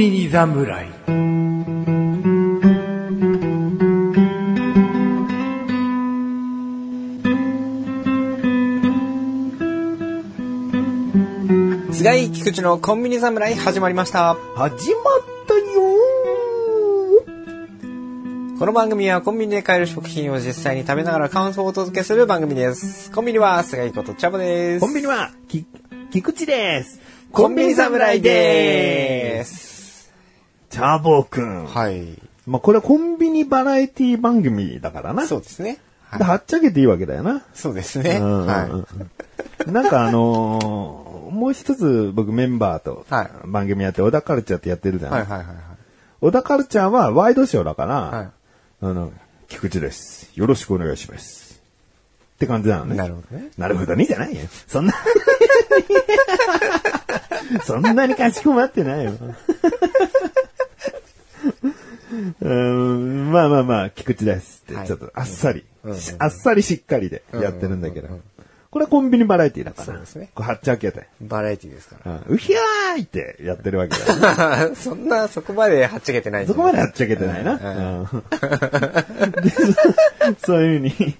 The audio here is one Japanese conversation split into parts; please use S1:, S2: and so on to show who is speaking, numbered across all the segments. S1: 侍
S2: 菅井菊池のコンビニ侍始まりました。
S1: 始まったよ
S2: この番組はコンビニで買える食品を実際に食べながら感想をお届けする番組です。コンビニは菅井ことチャボです。
S1: コンビニは、き、菊池です。
S2: コンビニ侍でーす。
S1: チャボくん。
S2: はい。
S1: まあ、これはコンビニバラエティ番組だからな。
S2: そうですね。
S1: で
S2: はい。
S1: はっちゃけていいわけだよな。
S2: そうですね。
S1: うん
S2: は
S1: なんかあのー もう一つ僕メンバーと
S2: はい
S1: 番組やって、小田カルチャーってやってるじゃ
S2: い。
S1: ん。
S2: はいはいはいはい。
S1: 小田カルチャーはワイドショーだから、
S2: はい
S1: あの、菊池です。よろしくお願いします。って感じなのね。
S2: なるほどね。
S1: なるほどねじゃないよ。そんな、そんなにかしこまってないよ。うーんまあまあまあ、菊池ですって、
S2: はい
S1: ちょっとあっさり、
S2: うんうん
S1: しあっさりしっかりでやってるんだけど、
S2: うんうんうん
S1: これはコンビニバラエティだから、
S2: そうですね
S1: こうはっちゃけて、
S2: バラエティですか
S1: うんうひゃーいってやってるわけだよ
S2: ら。 そんな、そこまではっちゃけてない
S1: そこまでは
S2: は
S1: っちゃけてないな。
S2: うん
S1: うん でそそういうふうに、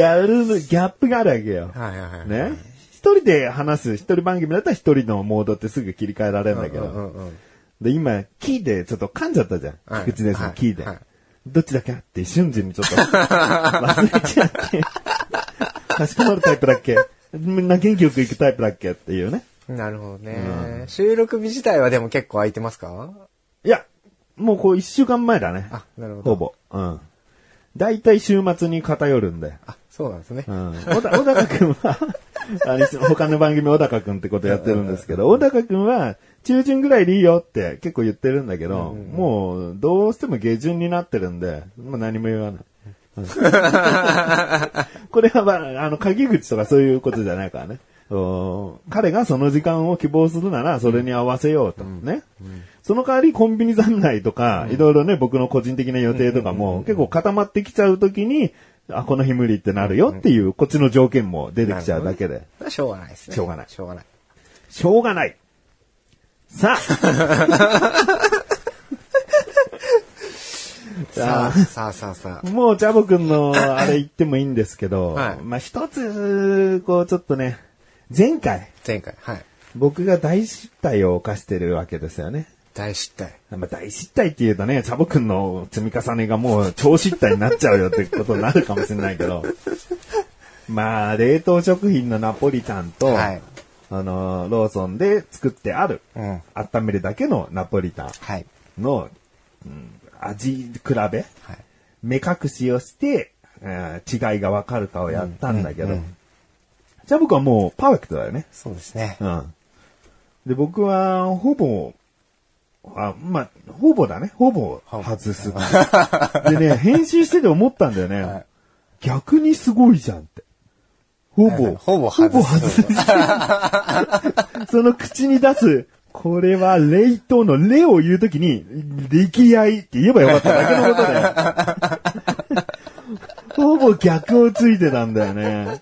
S1: やるギャップがあるわけよ。
S2: はいはいはい。
S1: ね。一人で話す、一人番組だったら一人のモードってすぐ切り替えられるんだけ
S2: うんう
S1: ど。
S2: んうん。
S1: で、今、キーでちょっと噛んじゃったじゃん。
S2: はい
S1: 菊池です
S2: はい
S1: キーで
S2: はい。
S1: どっちだっけって瞬時にちょっと忘れちゃって。かしこまるタイプだっけみんな元気よく行くタイプだっけっていうね。
S2: なるほどね。収録日自体はでも結構空いてますか
S1: いや、もうこう一週間前だね。
S2: あなるほ
S1: ほ
S2: ど
S1: ぼ。うん。だいたい週末に偏るんで。
S2: あ、そうなんですね
S1: う。ん。小田小高くんはあの、他の番組小高くんってことやってるんですけど、小高くんは中旬ぐらいでいいよって結構言ってるんだけど、もうどうしても下旬になってるんで、もう何も言わない。うんこれは、まあ、あの、鍵口とかそういうことじゃないからね。お彼がその時間を希望するなら、それに合わせようと。ね。その代わり、コンビニ残内とか、いろいろね、僕の個人的な予定とかも、結構固まってきちゃうときに、あ、この日無理ってなるよっていう、こっちの条件も出てきちゃうだけで。
S2: それはしょうがないですね。
S1: しょうがない
S2: しょうがない。
S1: しょうがない。さ あ
S2: さ あ、さあさあさあ。
S1: もう、ジャボくんの、あれ言ってもいいんですけど、
S2: はい
S1: まあ、一つ、こう、ちょっとね、前回、
S2: 前回、はい。
S1: 僕が大失態を犯してるわけですよね。
S2: 大失態。
S1: まあ、大失態って言うとね、チャボくんの積み重ねがもう超失態になっちゃうよってことになるかもしれないけど。 まあ、冷凍食品のナポリタンと、
S2: はい
S1: あの、ローソンで作ってある、
S2: うん
S1: 温めるだけのナポリタ
S2: はい。
S1: ンの、うん味比べ、
S2: はい。
S1: 目隠しをして、えー違いがわかるかをやったんだけど、
S2: うんうんうん
S1: チャボくんはもうパーフェクトだよね。
S2: そうですね。
S1: うん。で、僕は、ほぼ、あ、まあ、ほぼだね。ほぼ外すっていう。でね、編集してて思ったんだよね。
S2: はい
S1: 逆にすごいじゃんって。ほ
S2: はいは
S1: ぼ、
S2: いほぼ外す
S1: すその口に出す、これは冷凍の冷を言うときに、力合いって言えばよかっただけのことだよ。 ほぼ逆をついてたんだよね。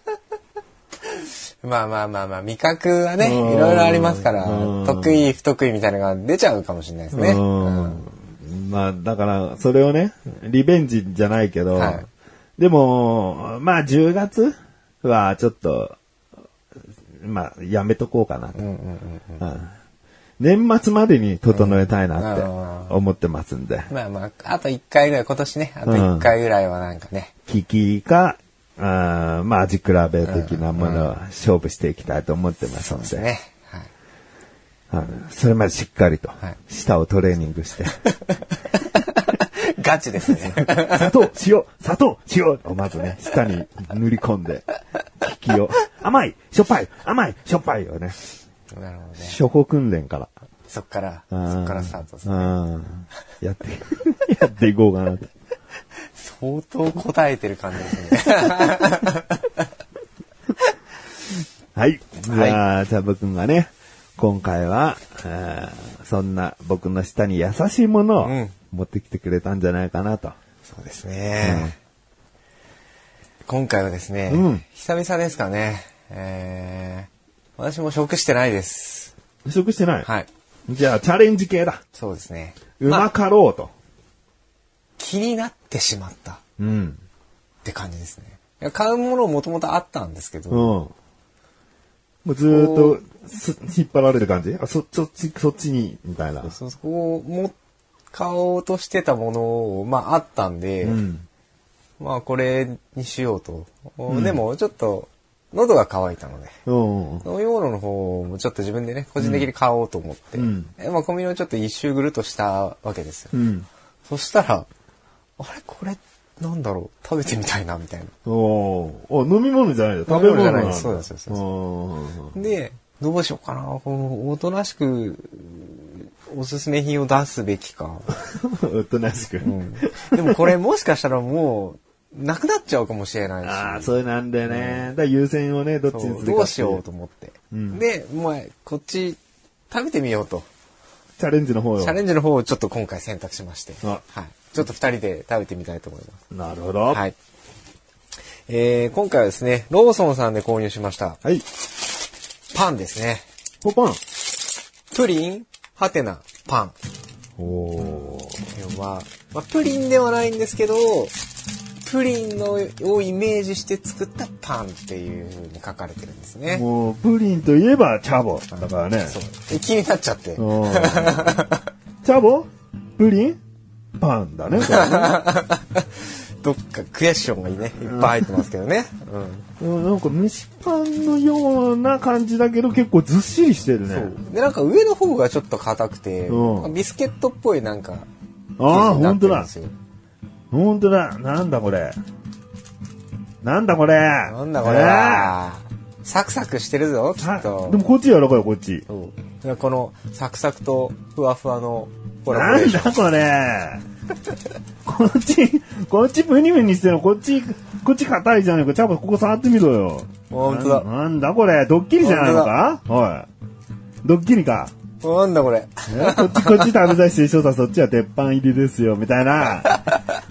S2: まあまあまあまあ、味覚はね、い
S1: うん
S2: ろいろありますから
S1: うん、
S2: 得意、不得意みたいなのが出ちゃうかもしれないですね。うん
S1: うん。まあ、だから、それをね、リベンジじゃないけど、
S2: はい
S1: でも、まあ、10月はちょっと、まあ、やめとこうかなと。うん年末までに整えたいなって思ってますんで、
S2: まあまあ、あと1回ぐらい、今年ね、あと1回ぐらいはなんかね、
S1: 危機か、あーまあ、味比べ的なものを勝負していきたいと思ってます
S2: そう
S1: の
S2: です
S1: で、
S2: ね。はい。
S1: うんそれまでしっかりと
S2: はい、
S1: 舌をトレーニングして、
S2: ガチですね。
S1: 砂糖、塩、砂糖、塩をまずね、舌に塗り込んで、利きを、甘い、しょっぱい、甘い、しょっぱいをね、
S2: なるほどね。
S1: 処方訓練から、
S2: そっから、
S1: う
S2: そ
S1: ん
S2: っからスタートです
S1: う
S2: る。
S1: んやって、 やっていこうかなと。
S2: 相当答えてる感じですね。
S1: はい。じゃあ、チャブ君がね、今回は、あーそんな僕の舌に優しいもの
S2: う
S1: を
S2: ん
S1: 持ってきてくれたんじゃないかなと。
S2: そうですね。今回はですね、
S1: うん
S2: 久々ですかね、えー、私も食してないです。
S1: 試食してない
S2: はい。
S1: じゃあ、チャレンジ系だ。
S2: そうですね。
S1: うまかろうと。
S2: 気になってしまったっ
S1: うん。
S2: て感じですね。いや買うものもともとあったんですけど、
S1: うん。もうずーっとす、引っ張られる感じあ、そ、そっち、そっちに、みたいな。
S2: そそこをも買おうとしてたものを、まああったんで、
S1: うん。
S2: まあこれにしようと。でもちょっと喉が渇いたので、
S1: うん。
S2: 飲み物の方もちょっと自分でね、個人的に買おうと思って、
S1: うん
S2: えまあコンビニをちょっと一周ぐるっとしたわけですよ。
S1: うん。
S2: そしたら、あれこれなんだろう食べてみたいな、みたいな。
S1: おーお飲み物じゃないよ。食べ物なん
S2: 飲み物じゃないで
S1: だ
S2: すそうですそうですそうです
S1: うん
S2: で、どうしようかな。このおとなしく、おすすめ品を出すべきか。
S1: うっとなしく。
S2: うんでもこれもしかしたらもう、なくなっちゃうかもしれないし。
S1: ああ、そうなんだよね。だから優先をね、どっちにするかっ
S2: そう
S1: てい
S2: どうしようと思って。
S1: うん
S2: で、もうこっち、食べてみようと。
S1: チャレンジの方よ。
S2: チャレンジの方をちょっと今回選択しまして。は
S1: あ
S2: い。ちょっと二人で食べてみたいと思います。
S1: なるほど。
S2: はい。えー、今回はですね、ローソンさんで購入しました。
S1: はい。
S2: パンですね。
S1: ポポン。
S2: プリン、ハテナ、パン。
S1: おー
S2: 要は、まあ、プリンではないんですけど、プリンのをイメージして作ったパンっていう風に書かれてるんですね。
S1: もう、プリンといえばチャボ。だからね。
S2: そう。で気になっちゃって。
S1: うんチャボプリンパン だね。これね
S2: どっかクエスチョンがね、いっぱい入ってますけどね。
S1: うんなんか蒸しパンのような感じだけど結構ずっしりしてるね。
S2: うん。で、なんか上の方がちょっと硬くて、
S1: うん
S2: なんかビスケットっぽいなんか、
S1: ああ、
S2: 生地にな
S1: 本当
S2: ってる
S1: だ
S2: んで。すよ
S1: 本当だ。なんだこれ。なんだこれ。な
S2: なんだこれは、サクサクしてるぞ、きっと。
S1: でもこっち柔らかい、こっち。
S2: そうだからこのサクサクとふわふわのコラボ
S1: な
S2: レー
S1: ん
S2: シ
S1: だ
S2: ョン
S1: こ れ。こっち、こっちブニブニしてるの、こっち、こっち硬いじゃないか。チャボ、ここ触ってみろよ。
S2: ほんとだ
S1: ななんだこれ、ドッキリじゃないのかおい。ドッキリか。
S2: なんだこれ。
S1: えこっち、こっち食べさせて、翔さんそっちは鉄板入りですよ、みたいな。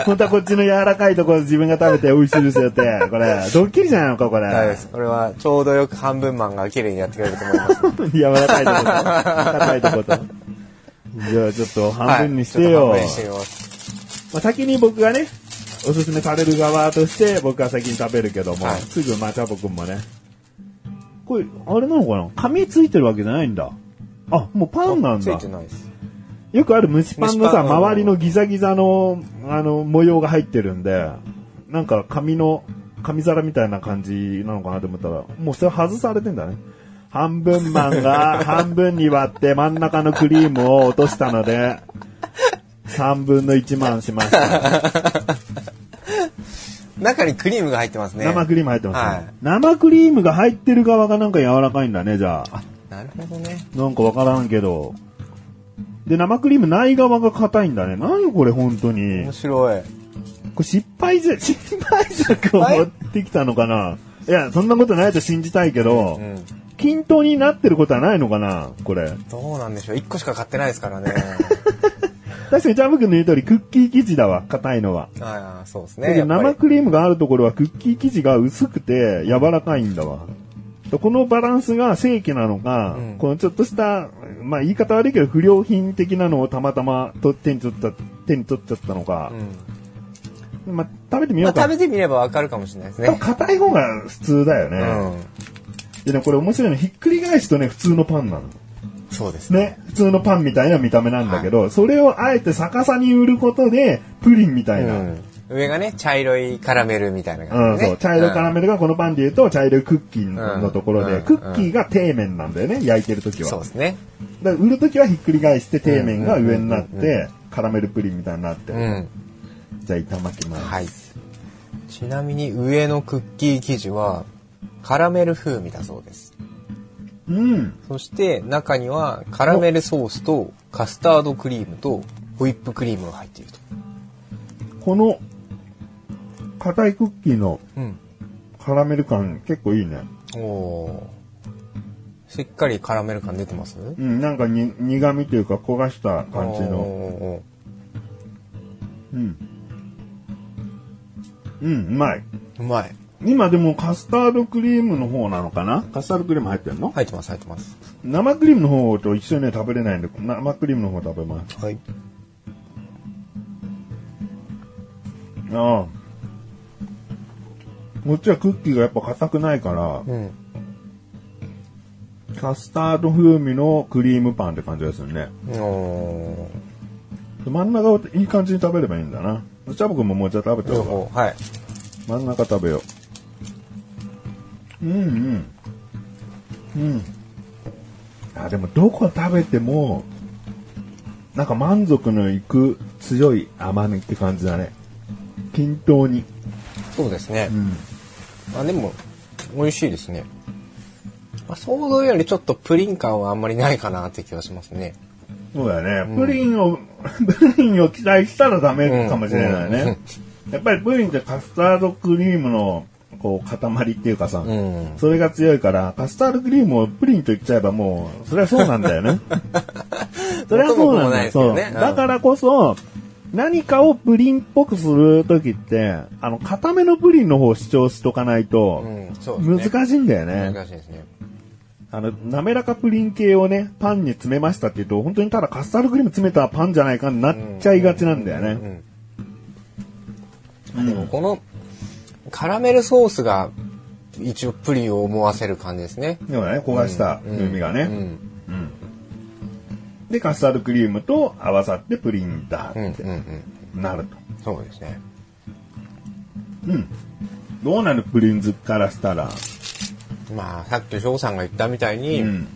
S1: 本当はこっちの柔らかいところ自分が食べて美味しいですよって。これ、ドッキリじゃないのか、これ。
S2: 大丈夫です。これはちょうどよく半分マンが綺麗にやってくれると思います。
S1: 柔らかいとこと、硬いとこと。じゃあちょっと 半分にしてよ。
S2: はい、ちょっと半分にしてみます。
S1: まあ、先に僕がね、おすすめされる側として僕は先に食べるけども、
S2: はい
S1: すぐまた僕もね。これ、あれなのかな紙ついてるわけじゃないんだ。あ、もうパンなん
S2: つい
S1: だ
S2: て。ないです。
S1: よくある蒸しパンのさ、
S2: 蒸しパン
S1: 周りのギザギザの、あの、模様が入ってるんで、なんか紙の、紙皿みたいな感じなのかなと思ったら、もうそれ外されてんだね。半分マン が半分に割って真ん中のクリームを落としたので、3分の1マンしました。
S2: 中にクリームが入ってますね。
S1: 生クリーム入ってますね、
S2: はい
S1: 生クリームが入ってる側がなんか柔らかいんだね、じゃあ。
S2: あ、なるほどね。
S1: なんかわからんけど。で、生クリームない側が硬いんだね。何これ、本当に
S2: 面。白い。
S1: これ失敗じゃ、 失敗作を持ってきたのかないや、そんなことないと信じたいけど、
S2: うん。
S1: 均等になってることはないのかなこれ。
S2: どうなんでしょう。1個しか買ってないですから ね。
S1: 確かにジャム君の言う通り、クッキー生地だわ、硬いのは。
S2: ああ、そうです
S1: だ
S2: ね。
S1: けど
S2: やっぱり
S1: 生クリームがあるところはクッキー生地が薄くて柔らかいんだわ。このバランスが正規なのか、
S2: うん
S1: このちょっとした、まあ言い方悪いけど不良品的なのをたまたまと手に取った、手に取っちゃったのか
S2: う、ん。
S1: まあ食べてみよ
S2: ま
S1: う
S2: あ、
S1: か。
S2: 食べてみればわかるかもしれないです
S1: 多分
S2: ね。
S1: 硬い方が普通だよね。
S2: う
S1: でね、これ面白いの、ひっくり返すとね、普通のパンなの。
S2: ん。そうですね。
S1: ね、普通のパンみたいな見た目なんだけど、それをあえて逆さに売ることで、プリンみたいな。うん、
S2: うん、上がね、茶色いカラメルみたいな感じ、ね。
S1: そう。茶色カラ
S2: メ
S1: メルがこのパンで言うと、茶色いクッキーのところで、
S2: うん
S1: クッキーが底面なんだよね、焼いてる時
S2: そう
S1: は。
S2: ですね。
S1: だから売る時はひっくり返して、底面が上になって、カラメルプリンみたいになって。
S2: うん。
S1: じゃあ、いただきます。
S2: はい。ちなみに上のクッキー生地は、カラメル風味だそうです。
S1: うん。
S2: そして中にはカラメルソースとカスタードクリームとホイップクリームが入っていると。
S1: この、硬いクッキーの
S2: うん。
S1: カラメル感、結構いいね。
S2: おおー。しっかりカラメル感出てます
S1: うん、なんかに苦味というか焦がした感じの。
S2: の。
S1: うん。うん、うまい。
S2: うまい。
S1: う今でもカスタードクリームの方なのかなカスタードクリーム入ってんの、
S2: 入ってます、入ってます。
S1: 生クリームの方と一緒には食べれないんで、生クリームの方食べます。
S2: はい。
S1: ああ。こっちはクッキーがやっぱ硬くないから、
S2: うん。
S1: カスタード風味のクリームパンって感じですよね。
S2: お
S1: で真ん中をいい感じに食べればいいんだな。そしたら僕ももうじゃあ食べ
S2: ー。
S1: ちゃ
S2: 両
S1: うわ
S2: 方、はい。
S1: 真ん中食べよう。うんうん。うん。あ、でもどこ食べても、なんか満足のいく強い甘みって感じだね。均等に。
S2: そうですね
S1: う。ん。
S2: あ、でも、美味しいですね。まあ、想像よりちょっとプリン感はあんまりないかなって気がしますね。
S1: そうだね。プリンを、 プリンを期待したらダメかもしれないね。
S2: うんうん
S1: やっぱりプリンってカスタードクリームの、こう、塊っていうかさ、
S2: ん。
S1: それが強いから、カスタードクリームをプリンと言っちゃえばもう、それはそうなんだよ ね。それはそうなん
S2: 元も子もな
S1: だよ。
S2: いですよ
S1: そう。
S2: ねうん
S1: だからこそ、何かをプリンっぽくするときって、あの、固めのプリンの方を主張しとかないと
S2: う、ん、そうですね。
S1: 難しいんだよね。
S2: 難しいですね。
S1: あの、滑らかプリン系をね、パンに詰めましたって言うと、本当にただカスタードクリーム詰めたパンじゃないかになっちゃいがちなんだよ
S2: う
S1: ね。
S2: ん。あでもこのカラメルソースが一応プリンを思わせる感じですね。
S1: でもね、焦がした風味が
S2: う
S1: ね。
S2: ん。
S1: で、カスタードクリームと合わさってプリンだ
S2: うん。うん。う
S1: って
S2: ん。
S1: なると。
S2: そうですね。
S1: どうなるプリンズからしたら。
S2: まあさっき翔さんが言ったみたいに、
S1: うん。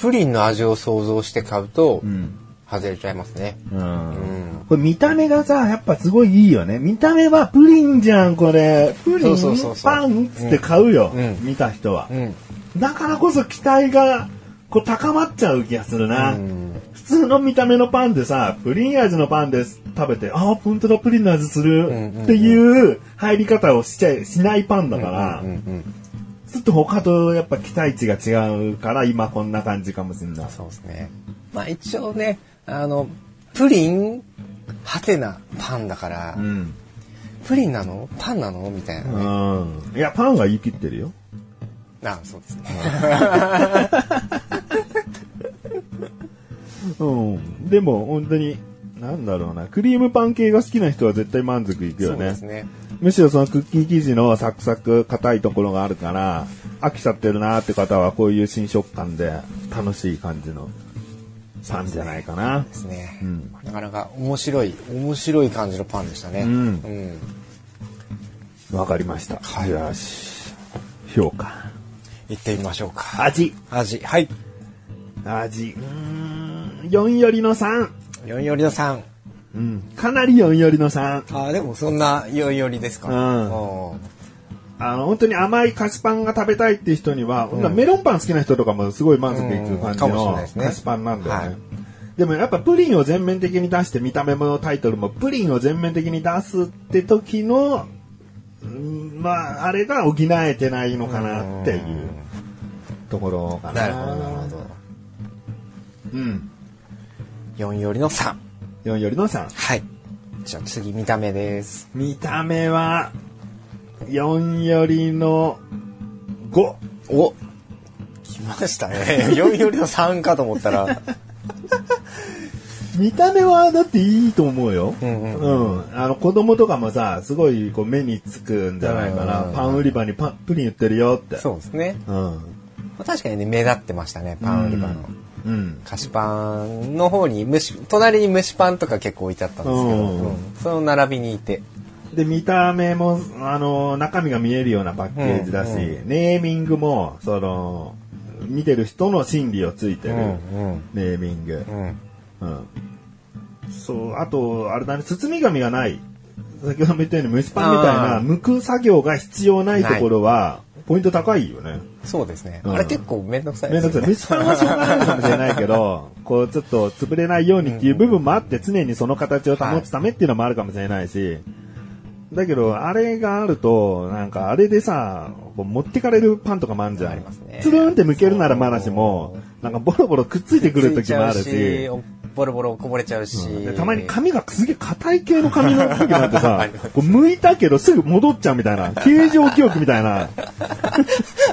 S2: プリンの味を想像して買うと
S1: うん。
S2: 外れちゃいますね。
S1: うんこれ見た目がさ、やっぱすごいいいよね。見た目はプリンじゃん、これ。プリ
S2: そ
S1: ン
S2: うそうそうそう
S1: パンっつって買うよ。
S2: うん
S1: 見た人は。
S2: うん。
S1: だからこそ期待が、こう高まっちゃう気がするな。
S2: うん
S1: 普通の見た目のパンでさ、プリン味のパンです食べて、ああ、本当だ、プリンの味す
S2: んうんうん
S1: るっていう入り方をしちゃい、しないパンだから、
S2: うんうん。
S1: ちょっと他とやっぱ期待値が違うから、今こんな感じかもしれない。
S2: そうですね。まあ一応ね、あの、プリン、ハテナ、パンだから、
S1: うん。
S2: プリンなのパンなのみたいな
S1: う
S2: ね。
S1: ん。いや、パンは言い切ってるよ。
S2: あそうですね。
S1: うん。でも、本当に、なんだろうな、クリームパン系が好きな人は絶対満足いく
S2: そ
S1: よ
S2: うで
S1: ね
S2: す。ね。
S1: むしろそのクッキー生地のサクサク硬いところがあるから、飽きちゃってるなーって方はこういう新食感で楽しい感じのパンじゃないかな
S2: で。すね、
S1: うん
S2: なかなか面白い面白い感じのパンでしたね、
S1: うん
S2: ん
S1: わかりました。
S2: はい
S1: よし。評価。
S2: 行ってみましょうか
S1: 味。
S2: 味はい
S1: 味。うーん。4よりの3。
S2: よりよりのさん
S1: うん。かなり4よりの3。
S2: あでもそんなよりよりですか
S1: うん
S2: おー
S1: あの、本当に甘い菓子パンが食べたいっていう人には、ほんならメロンパン好きな人とかもすごい満足いく感じ
S2: うんかもしれない
S1: の
S2: ですね
S1: 菓子パンなんだよね。
S2: はい
S1: でもやっぱプリンを全面的に出して見た目もタイトルもプリンを全面的に出すって時の、うんまあ、あれが補えてないのかなっていうところかな。
S2: なるほどなるほど
S1: うん。
S2: 4よりの3
S1: 4よりの3。
S2: はいじゃあ次見た目です
S1: 見た目は、4よりの5。
S2: お来ましたね4 よりの3かと思ったら
S1: 見た目はだっていいと思うよ。
S2: うんうん
S1: うんあの子供とかもさ、すごいこう目につくんじゃないか
S2: うん
S1: な。パン売り場にパンプリン売ってるよって。
S2: そうですね
S1: う。ん。
S2: まあ確かにね目立ってましたねパン売り場の、
S1: うん。
S2: 菓子パンの方に蒸し隣に蒸しパンとか結構置いてあったんですけど、
S1: うん
S2: うんその並びにいて
S1: で、見た目も、あの、中身が見えるようなパッケージだし、
S2: うん
S1: ネーミングも、その、見てる人の心理をついてる、
S2: うん
S1: ネーミング
S2: う。ん
S1: うん。そう、あと、あれだね、包み紙がない。先ほども言ったように蒸しパンみたい
S2: あ
S1: な、
S2: ー
S1: 剥く作業が必要ないところは、ポイント高いよね。
S2: そうですね、
S1: うん
S2: あれ結構面倒くさい
S1: め
S2: で
S1: ん
S2: す
S1: ど
S2: よ
S1: く
S2: ね
S1: さい。蒸しパンはしょうがないかもしれないけど、こうちょっと潰れないようにっていう部分もあって、常にその形を保つためっていうのもあるかもしれないし、だけど、あれがあると、なんかあれでさ、こう持ってかれるパンとかもあるじゃん。
S2: ありますね
S1: つるんって剥けるならまだしも、なんかボロボロくっついてくる時もある
S2: ついち
S1: し
S2: ゃう、ボロボロこぼれちゃうし。
S1: でたまに髪がすげえ硬い系の髪の時なんてさ、こう剥いたけどすぐ戻っちゃうみたいな、形状記憶みたいな。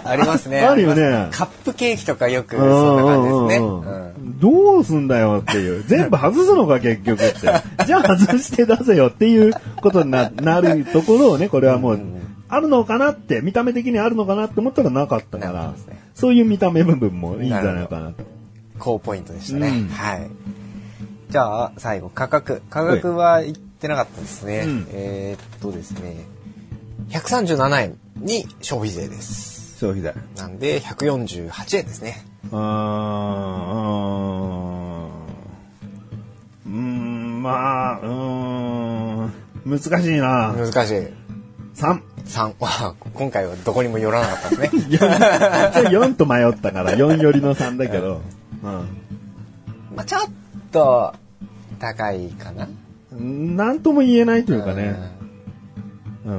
S2: ありますね。
S1: あるよね
S2: りますカップケーキとかよくそんな感じです
S1: う
S2: ね。
S1: んうんう
S2: う
S1: ん
S2: ん
S1: どうすんだよっていう。全部外すのか結局 って。じゃあ外して出せよっていうことにななるところをね、これはもう、あるのかなって、見た目的にあるのかなって思ったらなかったか
S2: なかった
S1: ら
S2: ですね、
S1: そういう見た目部分もいいんじゃないかなと。
S2: 高ポイントでしたね。
S1: うん
S2: はい。じゃあ、最後、価格。価格は言ってなかったですね。
S1: うん
S2: えーっとですね、137円に消費税です。
S1: 消費税。
S2: なんで、148円ですね。
S1: あーあーうーん、まあ、うーん、難しいな。
S2: 難しい。
S1: 3。
S2: 3は、 今回はどこにも寄らなかったですね。
S1: 4, 4と迷ったから、4よりの3だけど。
S2: まあ、ちょっと、高いかな。
S1: うん。なんとも言えないというかね。
S2: うん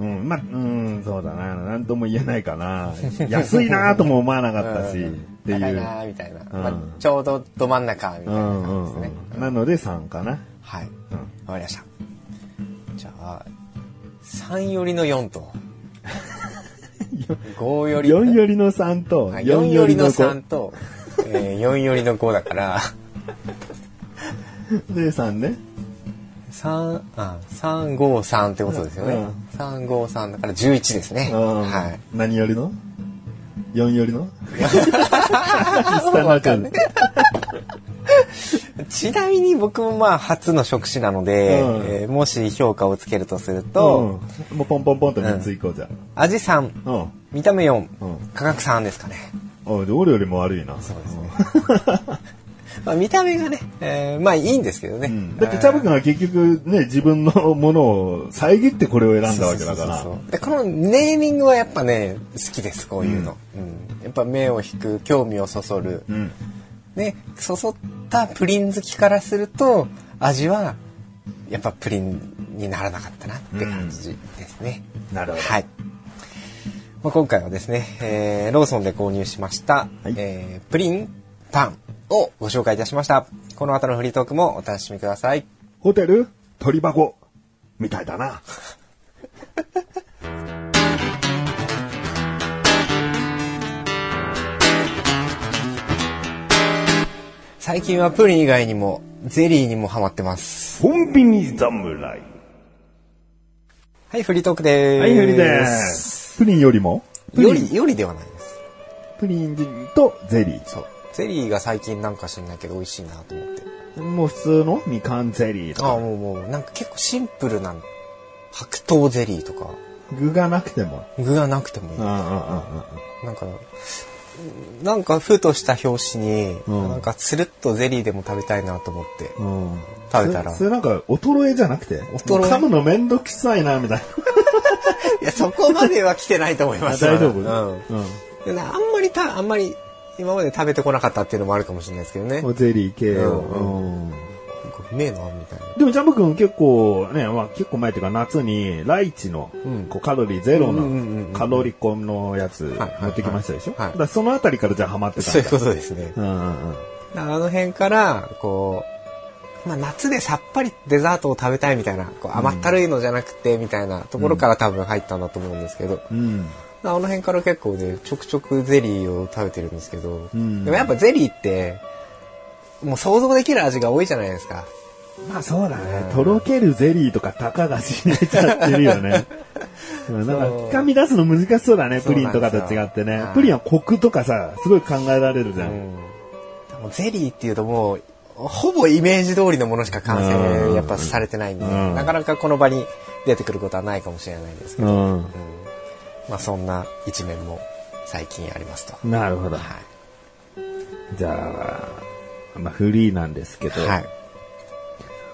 S1: うん。うん、まあ、うん、そうだな。なんとも言えないか な。安いなとも思わなかったし、
S2: う
S1: っ
S2: ん
S1: て
S2: 高
S1: い。
S2: いうなーみたいな、
S1: ん
S2: まあ、ちょうどど真ん中みたいうなん
S1: う
S2: 感じ
S1: ん
S2: ですね、
S1: うん。なので3かな。
S2: はい
S1: うん。
S2: わかりました。じゃあ、3よりの4と。5より
S1: 4よりの3と、
S2: あ4よりの
S1: 5
S2: 3と、えー4よりの5だから、
S1: で3ね。
S2: 3、あ、3、5、3ってことですよね。
S1: うん
S2: 3、5、3だから11ですね。
S1: うん
S2: はい。
S1: 何よりの ?4 より の 下になっちゃう
S2: ちなみに僕もまあ初の職種なので、
S1: うん
S2: えーもし評価をつけるとすると、
S1: うんもうポンポンポンと3ついこうじゃん。
S2: 味3、
S1: うん。
S2: 見た目4、
S1: うん
S2: 価格3ですかね。
S1: あ、で俺よりも悪いな。
S2: そうですね。まあ見た目がね、えーまあいいんですけどね。
S1: うんだって、チャブ君は結局ね、自分のものを遮ってこれを選んだわけだか
S2: そうそう
S1: ら。
S2: そうでこのネーミングはやっぱね好きですこういうの、うんやっぱ目を引く興味をそそる、
S1: うん。
S2: ねそそったプリン好きからすると味はやっぱプリンにならなかったなって感じですね、
S1: なるほど。
S2: はい、まあ、今回はですね、えーローソンで購入しました、
S1: はい
S2: えープリンパンをご紹介いたしましたこの後のフリートークもお楽しみください
S1: ホテル鳥箱みたいだな。
S2: 最近はプリン以外にもゼリーにもハマってます
S1: コンビニ侍。
S2: はい、フリートークでーす。
S1: はい、ふりで。す。プリンよりもプリ
S2: よ
S1: ン
S2: り、よりではないです。
S1: プリンとゼリ
S2: そう。ゼリーが最近なんか知んないけど美味しいなと思って。
S1: ー。もう普通のみかんゼリーと
S2: ああ、
S1: か。
S2: もうもう、なんか結構シンプルな白桃ゼリーとか、
S1: 具がなくても。
S2: 具がなくてもいい。
S1: うんうんうんうん
S2: なんか、なんかふとした表紙に、
S1: うん
S2: なんかつるっとゼリーでも食べたいなと思って。
S1: うん
S2: 食べたら
S1: そそれなんか、衰えじゃなくて、
S2: 衰え
S1: 噛むのめんどくさいな、みたい
S2: いや、そこまでは来てないと思い
S1: な。
S2: ま
S1: あ
S2: す。
S1: 大丈夫
S2: うん。
S1: う
S2: でなあんまりた、あんまり今まで食べてこなかったっていうのもあるかもしれないですけどね。
S1: ん。ゼリー系を。
S2: うん
S1: うん
S2: なんかうめえな、みたいな。
S1: でもジャム君結構ね、まあ結構前っていうか夏にライチの
S2: うん
S1: こうカロリーゼロ
S2: うんうんうんうん
S1: なカロリコンのやつ
S2: はいはい
S1: 持ってきましたでしょ
S2: はい
S1: だからそのあたりからじゃあハマってたん
S2: そ
S1: だ
S2: ういうことですね。
S1: うんうんうん。
S2: あの辺から、こう、まあ、夏でさっぱりデザートを食べたいみたいな、こう甘ったるいのじゃなくてみたいなところから多分入ったんだと思うんですけど、
S1: うん。
S2: あの辺から結構ね、ちょくちょくゼリーを食べてるんですけど、
S1: うん
S2: でもやっぱゼリーって、もう想像できる味が多いじゃないですか。
S1: まあそうだね。とろけるゼリーとかたかが知れちゃってるよ ね。うんなんか、掴み出すの難しそうだね、
S2: そう
S1: プ
S2: なん
S1: リ
S2: で
S1: ン
S2: すよ
S1: とかと違ってね
S2: はい。
S1: プリンはコクとかさ、すごい考えられるじゃん。
S2: もうゼリーっていうともう、ほぼイメージ通りのものしか完
S1: う
S2: 成
S1: ん
S2: やっぱされてないんで、
S1: うん
S2: なかなかこの場に出てくることはないかもしれないですけど、
S1: うん。
S2: まあそんな一面も最近ありますと。
S1: なるほど。
S2: はい。
S1: じゃあ、まあフリーなんですけど、
S2: はい。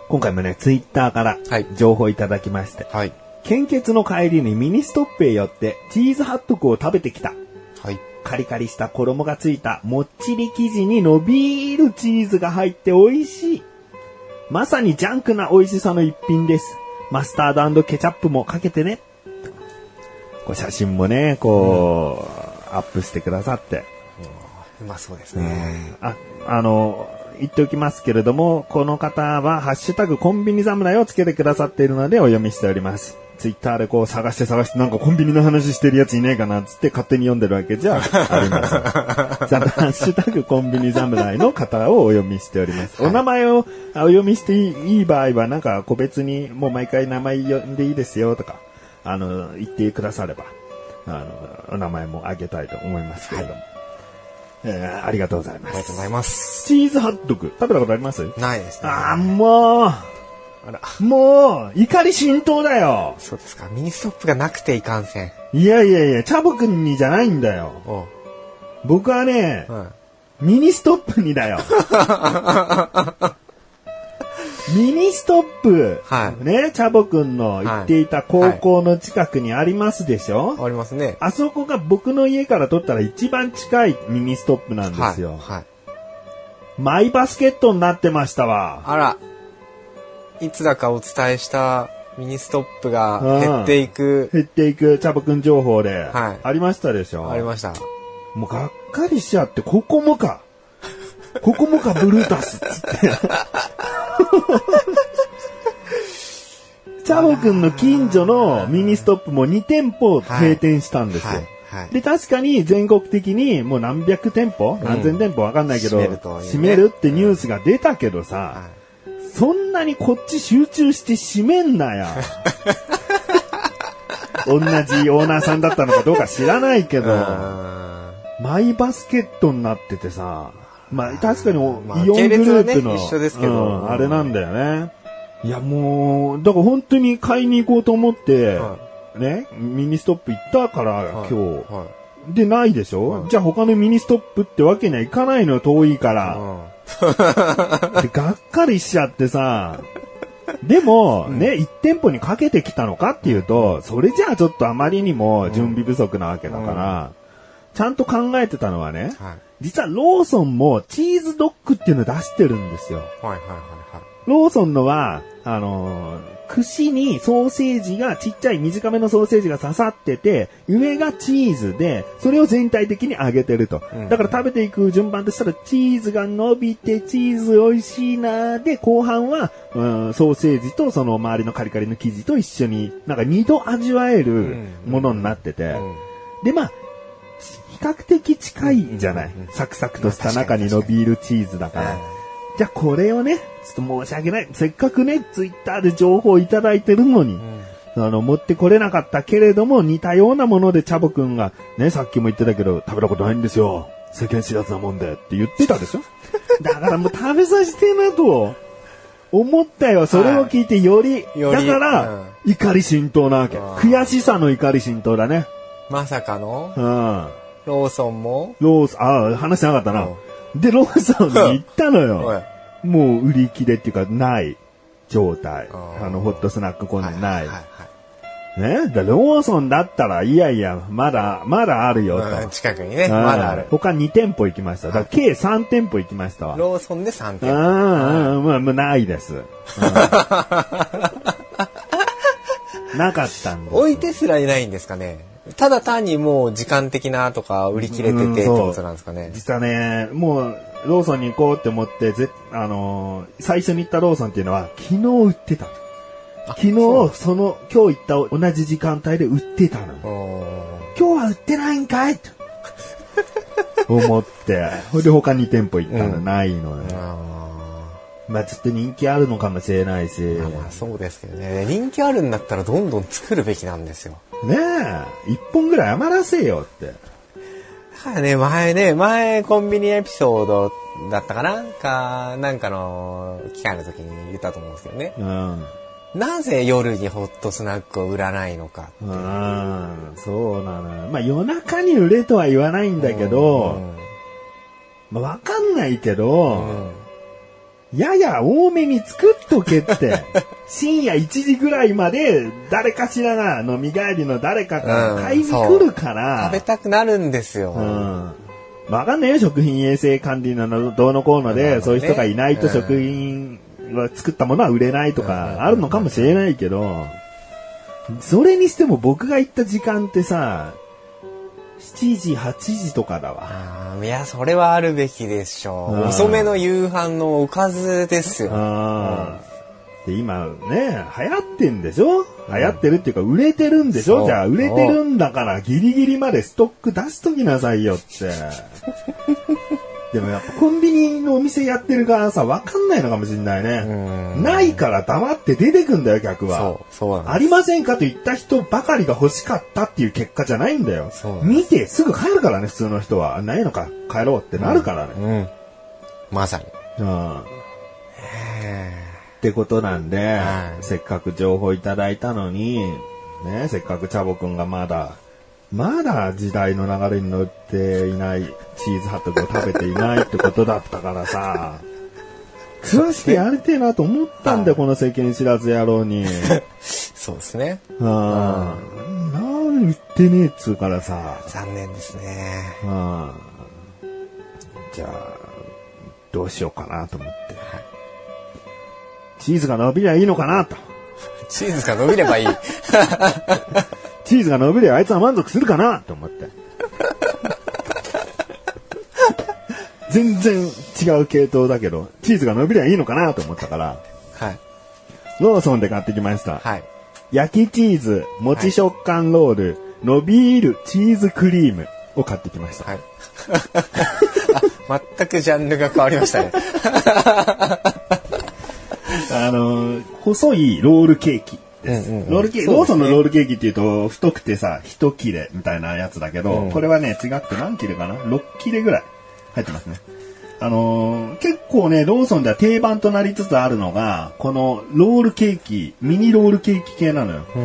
S1: 今回もね、ツイッターから
S2: はい
S1: 情報いただきまして、
S2: はい。
S1: 献血の帰りにミニストップへ寄ってチーズハットクを食べてきた。
S2: はい。
S1: カリカリした衣がついたもっちり生地に伸びるチーズが入って美味しい。まさにジャンクな美味しさの一品です。マスタードケチャップもかけてね。こう写真もね、こう、アップしてくださって。
S2: うまそうですね。
S1: あ、あの、言っておきますけれども、この方は、ハッシュタグコンビニ侍をつけてくださっているのでお読みしております。ツイッターでこう探して探してなんかコンビニの話してるやついねえかなっつって勝手に読んでるわけじゃありません。ちゃんとハッシュタグコンビニ侍の方をお読みしております。お名前をあお読みしていいいい場合はなんか個別にもう毎回名前呼んでいいですよとか、あの、言ってくだされば、あの、お名前もあげたいと思いますけれども。えーありがとうございま
S2: ありがとう
S1: す
S2: ご。ざいます。
S1: チーズハットグ、食べたことあります
S2: ないですね。
S1: ああ、も
S2: あら。
S1: う、もう、怒り浸透だよ。
S2: そうですか。ミニストップがなくていかんせん。
S1: いやいやいや、チャボくんにじゃないんだよ。
S2: おう。
S1: 僕はね、
S2: うん。
S1: ミニストップに だよ。ミニストップ、
S2: はい
S1: ね、チャボくんの行っていた高校の近くにありますでしょ、
S2: ありますね。
S1: あそこが僕の家から取ったら一番近いミニストップなんで
S2: はい。
S1: すよ。
S2: はい。
S1: マイバスケットになってましたわ。
S2: あら。いつだかお伝えしたミニストップが減っていく、
S1: 減っていくチャボくん情報で、
S2: はい
S1: ありましたでしょ
S2: ありました。
S1: もうがっかりしちゃって、ここもか。ここもか、ブルータスっつ って。チャボくんの近所のミニストップも2店舗閉店したんですよ。
S2: はい。はい。
S1: で、確かに全国的にもう何百店舗、何千店舗わかんないけど、
S2: 閉めるというね
S1: 閉めるってニュースが出たけどさ、
S2: は
S1: そんなにこっち集中して閉めん なよ。同じオーナーさんだったのかどうか知らないけ
S2: い。う
S1: ど、
S2: ーん。
S1: マイバスケットになっててさ、まあ確かにお
S2: まあ
S1: イオングループの、
S2: 系列はね一緒ですけど
S1: うんあれなんだよね。いやもう、だから本当に買いに行こうと思って、
S2: は
S1: ね、ミニストップ行ったから、
S2: はい
S1: 今日。
S2: はい。
S1: で、ないでしょ、
S2: はい
S1: じゃあ他のミニストップってわけにはいかないのよ、遠いから。
S2: う
S1: で、がっかりしちゃってさ、でも、ね、一店舗にかけてきたのかっていうと、それじゃあちょっとあまりにも準備不足なわけだから、ちゃんと考えてたのはね、
S2: ん。はい。
S1: 実はローソンもチーズドッグっていうのを出してるんですよ。
S2: はいはいはい
S1: ローソンのは、あのー串にソーセージが、ちっちゃい短めのソーセージが刺さってて、上がチーズで、それを全体的に揚げてると。
S2: うん
S1: だから食べていく順番としたら、チーズが伸びて、チーズ美味しいなーで、後半は、うん、ソーセージとその周りのカリカリの生地と一緒に、なんか二度味わえるものになってて、
S2: はい。うん
S1: で、まあ、比較的近いんじゃない、
S2: うんうんうん
S1: サクサクとした中に伸びるチーズだから。じゃあこれをね、ちょっと申し訳ない。せっかくね、ツイッターで情報をいただいてるのに、
S2: うん
S1: あの、持ってこれなかったけれども、似たようなものでチャボくんが、ね、さっきも言ってたけど、食べたことないんですよ。世間知らずなもんでって言ってた でしょだからもう食べさせてえなと、思ったよ。それを聞いてより、
S2: より
S1: だから、怒り浸透なわけ。
S2: うん
S1: 悔しさの怒り浸透だね。
S2: まさかの
S1: うん。
S2: ローソンも
S1: ローソン、ああ、話しなかったな。で、ローソンに行ったの
S2: は
S1: よ。
S2: い。
S1: もう売り切れっていうか、ない状態。
S2: あー
S1: あの、ホットスナックコーナーない。
S2: はい
S1: ねでローソンだったら、いやいや、まだ、まだあるよ、と。
S2: はいうん近くにね、
S1: うん
S2: まだある。
S1: 他2店舗行きました。だから計3店舗行きましたわ。
S2: ローソンで3
S1: うん、う
S2: 点。
S1: んうん、まあ、もうないです。 うんなかったんです。
S2: 置いてすらいないんですかね。ただ単にもう時間的なとか売り切れててってことなんですかね。
S1: 実はね、もう、ローソンに行こうって思って、ぜ、あのー最初に行ったローソンっていうのは、昨日売ってた。
S2: あ
S1: 昨
S2: そう
S1: 日、その、今日行った同じ時間帯で売ってたの。
S2: お
S1: 今日は売ってないんかい と思って、ほいで他に店舗行ったの、
S2: うん
S1: ないのね。
S2: あ
S1: まあちょっと人気あるのかもしれないし、
S2: ーまあまあそうですけどね。人気あるんだったらどんどん作るべきなんですよ。
S1: ねえ、一本ぐらい余らせよって。
S2: だからね、前ね、前コンビニエピソードだったかなか、なんかの機会の時に言ったと思うんですけどね。
S1: うん。
S2: なぜ夜にホットスナックを売らないのか。
S1: うん、そうなのよ。まあ夜中に売れとは言わないんだけど、まあ、わかんないけ
S2: う
S1: ど、
S2: ん、
S1: やや多めに作っとけって。 深夜1時ぐらいまで誰かしらが飲み帰りの誰か
S2: う
S1: が
S2: ん
S1: 買いに来るから
S2: 食、べたくなるんですよ。
S1: うん。わかんないよ、食品衛生管理なのどうのこうの
S2: な
S1: で、
S2: るほ
S1: そうい
S2: ど
S1: う
S2: ね
S1: 人がいないと
S2: うん
S1: 食品は作ったものは売れないと
S2: うん
S1: か、あるのかもしれないけど、それにしても僕が行った時間ってさ、7時、8時とかだわ。
S2: あいや、それはあるべきでしょ
S1: うん
S2: う。遅めの夕飯のおかずですよ。
S1: あーで今ね、流行ってんでしょ流行ってるっていうか、売れてるんでし
S2: そ
S1: ょ
S2: う
S1: じゃあ、売れてるんだから、ギリギリまでストック出しときなさいよ って。でもやっぱコンビニのお店やってるからさ、わかんないのかもしれないね。ないから黙って出てくんだよ、客は。
S2: そう、そうなん
S1: ありませんかと言った人ばかりが欲しかったっていう結果じゃないんだよ
S2: そう。なん
S1: 見てすぐ帰るからね、普通の人は。あないのか、帰ろうってなるからね。
S2: うん。まさに。
S1: うん。ってことなんで
S2: は、い
S1: せっかく情報いただいたのに、ね、せっかくチャボくんがまだ、まだ時代の流れに乗っていない、チーズハットグを食べていないってことだったから さ、詳しくやりてえなと思ったんだよ、この世間知らず野郎 に。
S2: そうですね。
S1: ああ、なん言ってねえっつうからさ。
S2: 残念ですね。
S1: あじゃあ、どうしようかなと思って。チーズが伸びりゃいいのかなと。
S2: チーズが伸び ればいい。
S1: チーズが伸びりゃあいつは満足するかなと思って。全然違う系統だけど、チーズが伸びりゃいいのかなと思ったから、
S2: はい。
S1: ローソンで買ってきました。
S2: はい。
S1: 焼きチーズ、もち食感ロール、伸びるチーズクリームを買ってきました。
S2: はい。 あ、全くジャンルが変わりましたね。
S1: あのー、細いロールケーキです。
S2: うんうんうん
S1: ロールケーキ、
S2: そう
S1: ロー
S2: です
S1: ソン
S2: ね
S1: のロールケーキっていうと、太くてさ、一切れみたいなやつだけど、
S2: うん
S1: これはね、違って何切れかな ?6 切れぐらい入ってますね。あのー結構ね、ローソンでは定番となりつつあるのが、このロールケーキ、ミニロールケーキ系なのよ。
S2: う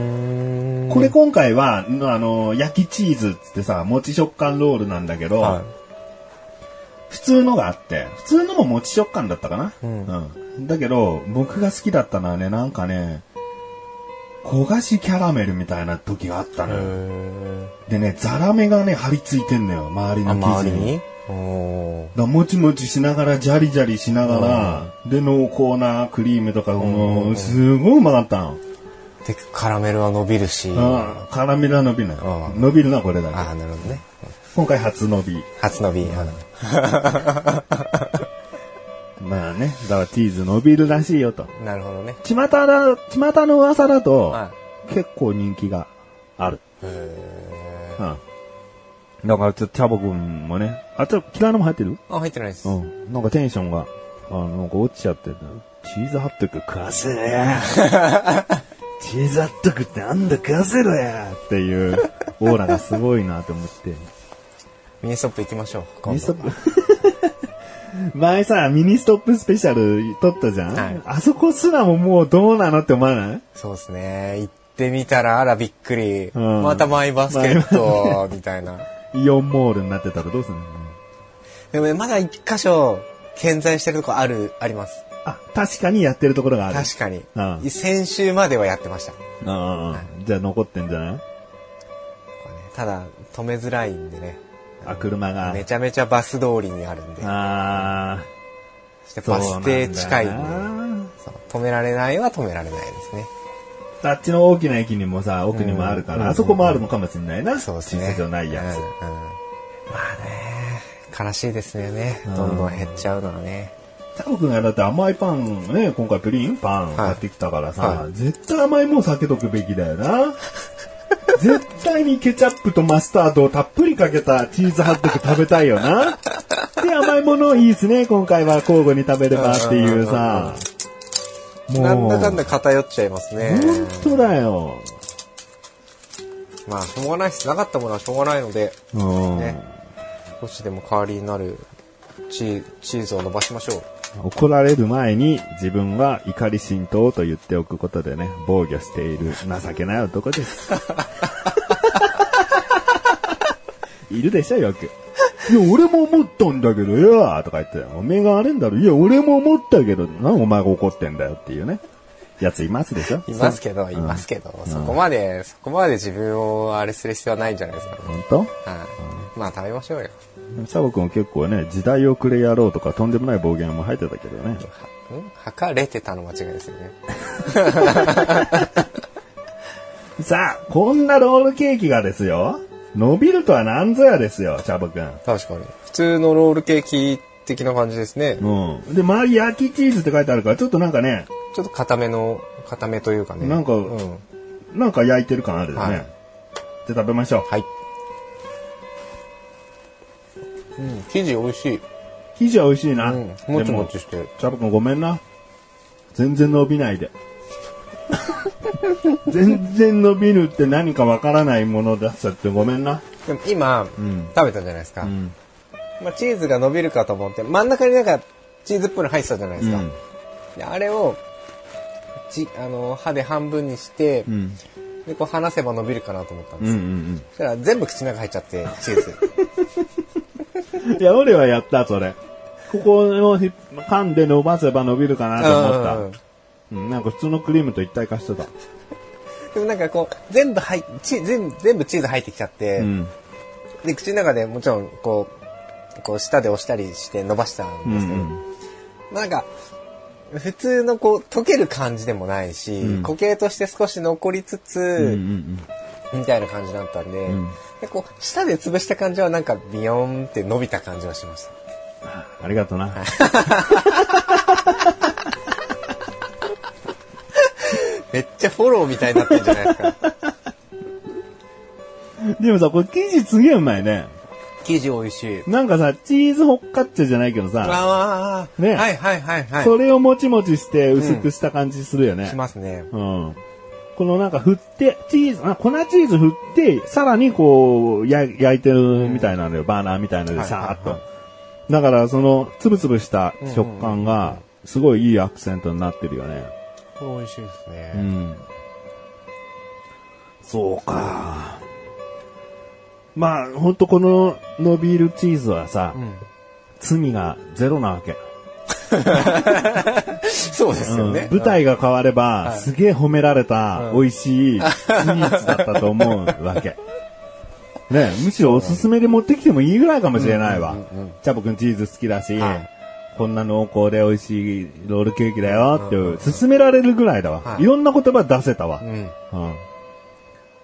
S2: ん。
S1: これ今回は、あのー焼きチーズっつってさ、もち食感ロールなんだけど、
S2: は
S1: 普通のがあって、普通のももち食感だったかな、
S2: うん
S1: うんだけど、僕が好きだったのはね、なんかね、焦がしキャラメルみたいな時があった
S2: い。
S1: の
S2: う
S1: よ。
S2: ーん。
S1: でね、ザラメがね、張り付いてんのよ、周りの
S2: あ、
S1: 生地
S2: 周り
S1: に。
S2: に
S1: だ
S2: おー
S1: からもちもちしながら、ジャリジャリしながら、で、濃厚なクリームとか、もうすごいうまかったの。
S2: で、カラメルは伸びるし。あ
S1: ああ、カラメルは伸びない。
S2: うん
S1: 伸びるな、これだけ。
S2: あ、なるほどね。
S1: 今回初伸び。
S2: 初伸び。あの
S1: まあね、だからチーズ伸びるらしいよと。
S2: なるほどね。
S1: 巷だ、巷の噂だと、
S2: は
S1: 結構人気がある。
S2: い。へー
S1: うん。だからちょっとチャボくんもね、あ、ちょっと嫌いのも入ってる
S2: あ、入ってないです。
S1: ん。なんかテンションが、あの、なんか落ちちゃってるチーズハットク食わせろ やチーズハットクってあんだ食わせろやっていうオーラがすごいなと思って。
S2: ミニストップ行きましょう。今度
S1: ミニスト ップ。前さ、ミニストップスペシャル撮ったじゃん、
S2: はい
S1: あそこすらももうどうなのって思わない
S2: そうですね。行ってみたら、あらびっくり。
S1: うん
S2: またマイバスケット、みたいな。
S1: イオンモールになってたらどうするの
S2: でもね、まだ一箇所、健在してるとこある、あります。
S1: あ、確かにやってるところがある。
S2: 確かに。
S1: うん
S2: 先週まではやってました。こ
S1: ああ、じゃあ残ってんじゃない
S2: れねただ、止めづらいんでね。
S1: あ、車が。
S2: めちゃめちゃバス通りにあるんで。
S1: ああ、
S2: そしてバス停近いん
S1: そうな
S2: で
S1: んだよな
S2: そう止められないは止められないですね。
S1: あっちの大きな駅にもさ、奥にもあるか
S2: うん
S1: ら、あそこもあるのかもしれないな。
S2: そうですね。
S1: 駐車場ないや
S2: うんうんまあね、悲しいですよね。
S1: うん
S2: どんどん減っちゃうのはね。
S1: つ。タオ君がだって甘いパンね、今回プリンパン買ってきたからさ
S2: は、
S1: 絶対甘いもん避けとくべきだよな。 絶対にケチャップとマスタードをたっぷりかけたチーズハットク食べたいよな。で、甘いものいいですね、今回は交互に食べればっていうさ。もう
S2: なんだかんだ偏っちゃいますね。
S1: 本当だよ。
S2: まあ、しょうがないです。なかったものはしょうがないので、
S1: うん。
S2: ね少しでも代わりになるチチーズを伸ばしましょう。
S1: 怒られる前に自分は怒り浸透と言っておくことでね、防御している情けない男 です。いるでしょ、よく。いや、俺も思ったんだけどよ、とか言って、おめえがあれんだろ、いや、俺も思ったけど、なんお前が怒ってんだよっていうね、やついますでしょ
S2: いますけ
S1: ど。
S2: ど、いますけど、そこまで、そこまで自分をあれする必要はないんじゃないですか。
S1: 本当
S2: はい。まあ、食べましょうよ。
S1: チャボくん結構ね、時代遅れ野郎とかとんでもない暴言も入ってたけどね。
S2: はん測れてたの間違いですよね。
S1: さあ、こんなロールケーキがですよ、伸びるとはなんぞやですよ、チャボくん。
S2: 確かに。普通のロールケーキ的な感じですね。
S1: うん。で、周り焼きチーズって書いてあるから、ちょっとなんかね、
S2: ちょっと固めの、固めというかね。
S1: なんか
S2: うん。
S1: なんか焼いてる感あるよね。
S2: はい
S1: じゃあ食べましょう。
S2: はい。うん、生地美味しい。
S1: 生地は美味しいな。
S2: うん、もちもちして。
S1: チャボくんごめんな。全然伸びない で。全然伸びるって何かわからないものだっちゃってごめんな。
S2: でも今、
S1: ん
S2: 食べたじゃないですか。
S1: うん。
S2: まあ、チーズが伸びるかと思って、真ん中になんかチーズっぽいの入ってたじゃないですか。
S1: うん
S2: であれを、ちあの歯で半分にして、
S1: うん。
S2: でこう離せば伸びるかなと思ったんで
S1: うんう
S2: す、
S1: ん
S2: そしたら全部口の中入っちゃってチーズ
S1: うん。いや、俺はやった、それ。ここをひ噛んで伸ばせば伸びるかなと思った。
S2: うん
S1: うん、なんか普通のクリームと一体化してた。
S2: でもなんかこう全部入っチ全部全部チーズ入ってきちゃって、
S1: うん。
S2: で口の中でもちろんこうこう舌で押したりして伸ばした
S1: うんん
S2: で
S1: う
S2: すけど、
S1: ん。
S2: なんか普通のこう溶ける感じでもないし、
S1: うん
S2: 固形として少し残りつつ、
S1: うんうんうん。
S2: みたいな感じだったんで、
S1: うん
S2: でこう舌で潰した感じはなんかビヨーンって伸びた感じはしました。
S1: ありがとな。
S2: めっちゃフォローみたいになってるじゃないで すか。
S1: でもさ、これ生地すげえうまいね。
S2: 生地美味しい。
S1: なんかさ、チーズホッカッチャじゃないけどさ、
S2: ああ、
S1: ね
S2: はいはいはいはい。
S1: それをもちもちして薄くした感じするよね
S2: し。ますね。
S1: うん。このなんか振って、チーズ、あ粉チーズ振って、さらにこう、や焼いてるみたいなのよ。バーナーみたいので
S2: はい
S1: さーっ
S2: は
S1: と
S2: い。
S1: だからその、つぶつぶした食感が、すごいいいアクセントになってるよね。
S2: これ美味しいですね。
S1: うん。そうか。まあ、ほんとこの伸びるチーズはさ、
S2: ん
S1: 罪がゼロなわけ。
S2: そうですよね。
S1: うん舞台が変われば、
S2: はい
S1: すげえ褒められた、
S2: うん
S1: 美味しいスイーツだったと思うわ け。ねむしろおすすめで持ってきてもいいぐらいかもしれないわ。チャボくんチーズ好きだし、
S2: はい
S1: こんな濃厚で美味しいロールケーキだよって、勧められるぐらいだわ、
S2: はい
S1: い。ろんな言葉出せたわ。
S2: うん。うん。
S1: うん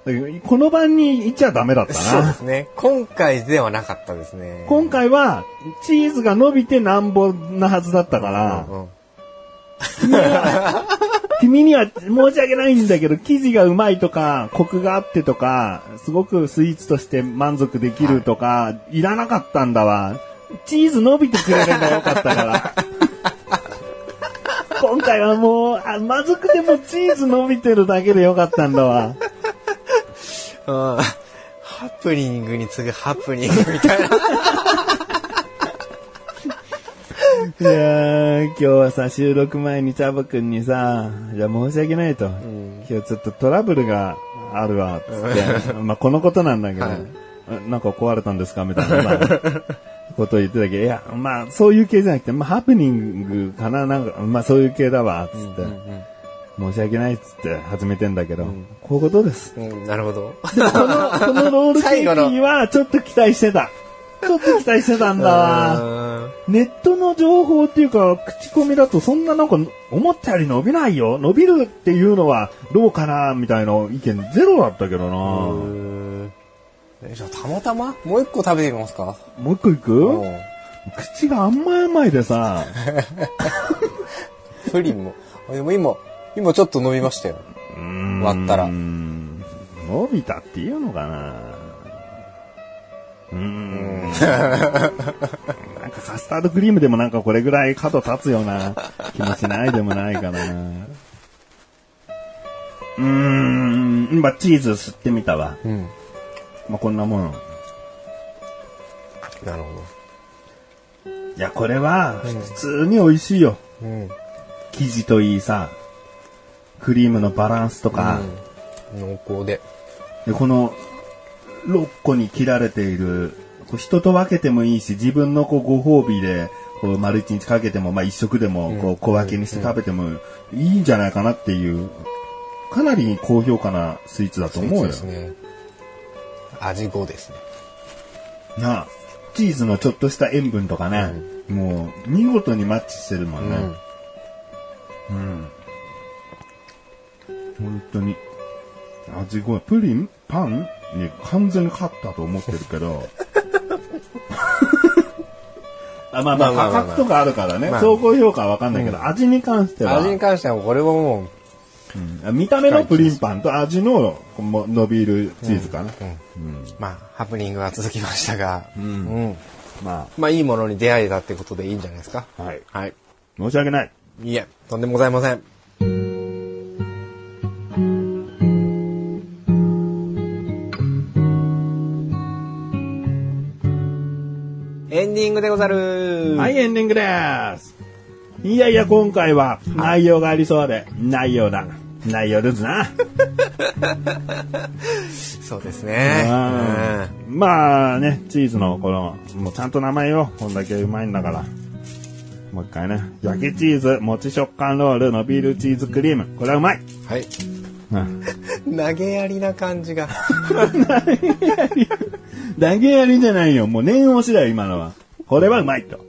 S1: だけどこの番に行っちゃダメだった
S2: そうで
S1: な。
S2: すね。今回ではなかったですね。
S1: 今回は、チーズが伸びてなんぼなはずだったから、
S2: うんうん
S1: 君には申し訳ないんだけど、生地がうまいとか、コクがあってとか、すごくスイーツとして満足できるとか、い、らなかったんだわ。チーズ伸びてくれればよかったから。今回はもう、あまずくてもチーズ伸びてるだけでよかったんだわ。
S2: うんハプニングに次ぐハプニングみたいな。
S1: いやー、今日はさ、収録前にチャボくんにさ、じゃあ申し訳ないと。今日ちょっとトラブルがあるわ、つ って。まあ、このことなんだけど、
S2: はい
S1: あなんか壊れたんですかみたいなさことを言ってたけど、いや、まあ、そういう系じゃなくて、まあ、ハプニングかな、なんか、まあ、そういう系だわ、つって。申し訳ないっつって始めてんだけど、こういうこと です。
S2: うん、なるほど。
S1: この、このロールケ
S2: 最後
S1: ー
S2: の
S1: キはちょっと期待してた。ちょっと期待してたんだわ。
S2: うん
S1: ネットの情報っていうか、口コミだとそんななんか、思ったより伸びないよ。伸びるっていうのはどうかな、みたいな意見ゼロだったけどな。も
S2: えじゃあ、たまたまもう一個食べてみますか
S1: う一個いく
S2: うん
S1: 口が甘い甘いでさ、
S2: プリンも。あでも今、今ちょっと飲みましたよ。割ったら
S1: うー。ん伸びたっていうのかな。うーん。なんかカスタードクリームでもなんかこれぐらい角立つような気もしないでもないかな。うーん、今チーズ吸ってみたわ。
S2: うん。
S1: まあ、こんなもの。
S2: なるほ
S1: いや、これは普通に美味しいよ。
S2: ど。うん。
S1: 生地といいさ、クリームのバランスとか、
S2: 濃厚で。
S1: で、この、6個に切られている、こう人と分けてもいいし、自分のこうご褒美で、こう丸一日かけても、まあ一食でもこう小分けにして食べてもいいんじゃないかなっていう、かなり高評価なスイーツだと思うよ
S2: で。すね。味5ですね。
S1: なあ、チーズのちょっとした塩分とかね、もう見事にマッチしてるもんね。うん。本当に。味ごい。プリンパンに完全に勝ったと思ってるけ ど。あまあまあ、
S2: まあまあまあ
S1: 価格とかあるからね。
S2: まあ
S1: 総合評価はわかんないけど、味に関しては。
S2: 味に関しては、これはもう、
S1: 見た目のプリンパンと味のこの伸びるチーズかな。
S2: まあ、ハプニングは続きましたが、うん
S1: ま
S2: まあ、いいものに出会えたってことでいいんじゃないですか。
S1: あ、はい。
S2: はい。
S1: 申し訳ない。
S2: いいえ、とんでもございません。エンディングでござる。
S1: はい、エンディングです。いやいや、今回は内容がありそうで、内容だ。内容ですな。
S2: そうですね。うん
S1: うんまあね、チーズのこの、もうちゃんと名前よ。こんだけうまいんだから。もう一回ね。焼きチーズ、もち食感ロール、伸びるチーズクリーム。これはうまい。
S2: はい。
S1: うん。
S2: 投げやりな感じが。
S1: 投げやりじゃないよ。もう念押しだよ、今のは。これはうまいと。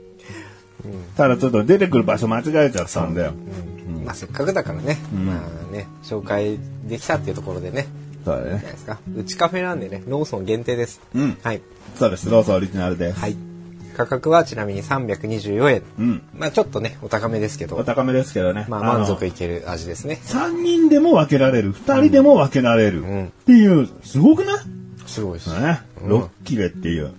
S1: ただちょっと出てくる場所間違えちゃったんだよ。
S2: まあ、せっかくだからね、まあね、紹介できたっていうところでね、
S1: そうだ
S2: じゃない
S1: ね。
S2: ですか。うちカフェなんでね、ローソン限定です。
S1: うん
S2: はい。
S1: そうです。ローソンオリジナルです。
S2: はい。価格はちなみに324円。
S1: うん
S2: まあちょっとね、お高めですけ
S1: お
S2: ど、
S1: 高めですけどね。
S2: まあ
S1: の
S2: 満足いける味ですね。
S1: 三人でも分けられる。二人でも分けられる。
S2: ん
S1: っていう、すごくない
S2: すごいです
S1: ね。
S2: うん
S1: 6切れっていう。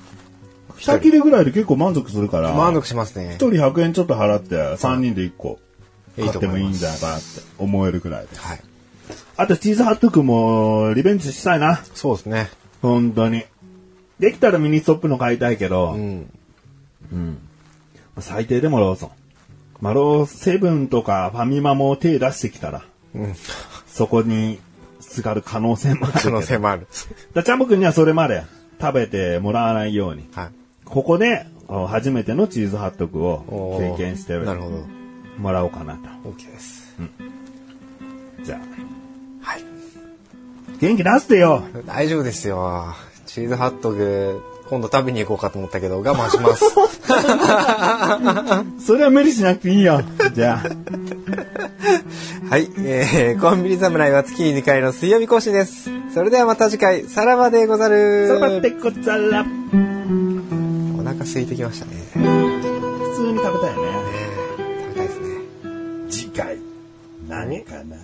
S1: 2切れぐらいで結構満足するから。
S2: 満足しますね
S1: 1。人100円ちょっと払って、3人で1個。
S2: いい
S1: 買っ
S2: と
S1: ても
S2: 思
S1: い
S2: い
S1: いん
S2: ま
S1: じ
S2: す
S1: ゃないかなって思えるくらいです。
S2: はい。
S1: あと、チーズハット君も、リベンジしたいな。
S2: そうですね。
S1: 本当に。できたらミニストップの買いたいけど、
S2: うん。
S1: 最低でもローソン。まあ、ローセブンとかファミマも手出してきたら、
S2: うん。
S1: そこにすがる可能性も あるけ
S2: 可
S1: ど。
S2: 能性もある。
S1: だチャンボ君にはそれまで食べてもらわないように、
S2: はい。
S1: ここであ初めてのチーズハットクを
S2: おー
S1: 経験して
S2: なるほど。
S1: もらおうかなと。
S2: OK です。
S1: じゃあ、
S2: はい。
S1: 元気出してよ
S2: 大丈夫ですよ。チーズハットグ、今度食べに行こうかと思ったけど、我慢 します。
S1: それは無理しなくていいよじ ゃあ、
S2: はい、えー、コンビニ侍は月に2回の水曜日更新です。それではまた次回、さらばでござる。
S1: そばってこざら、普
S2: お腹空いてきましたね。
S1: 通に食べたいよね。
S2: 食べたいですね。
S1: 次回、何かな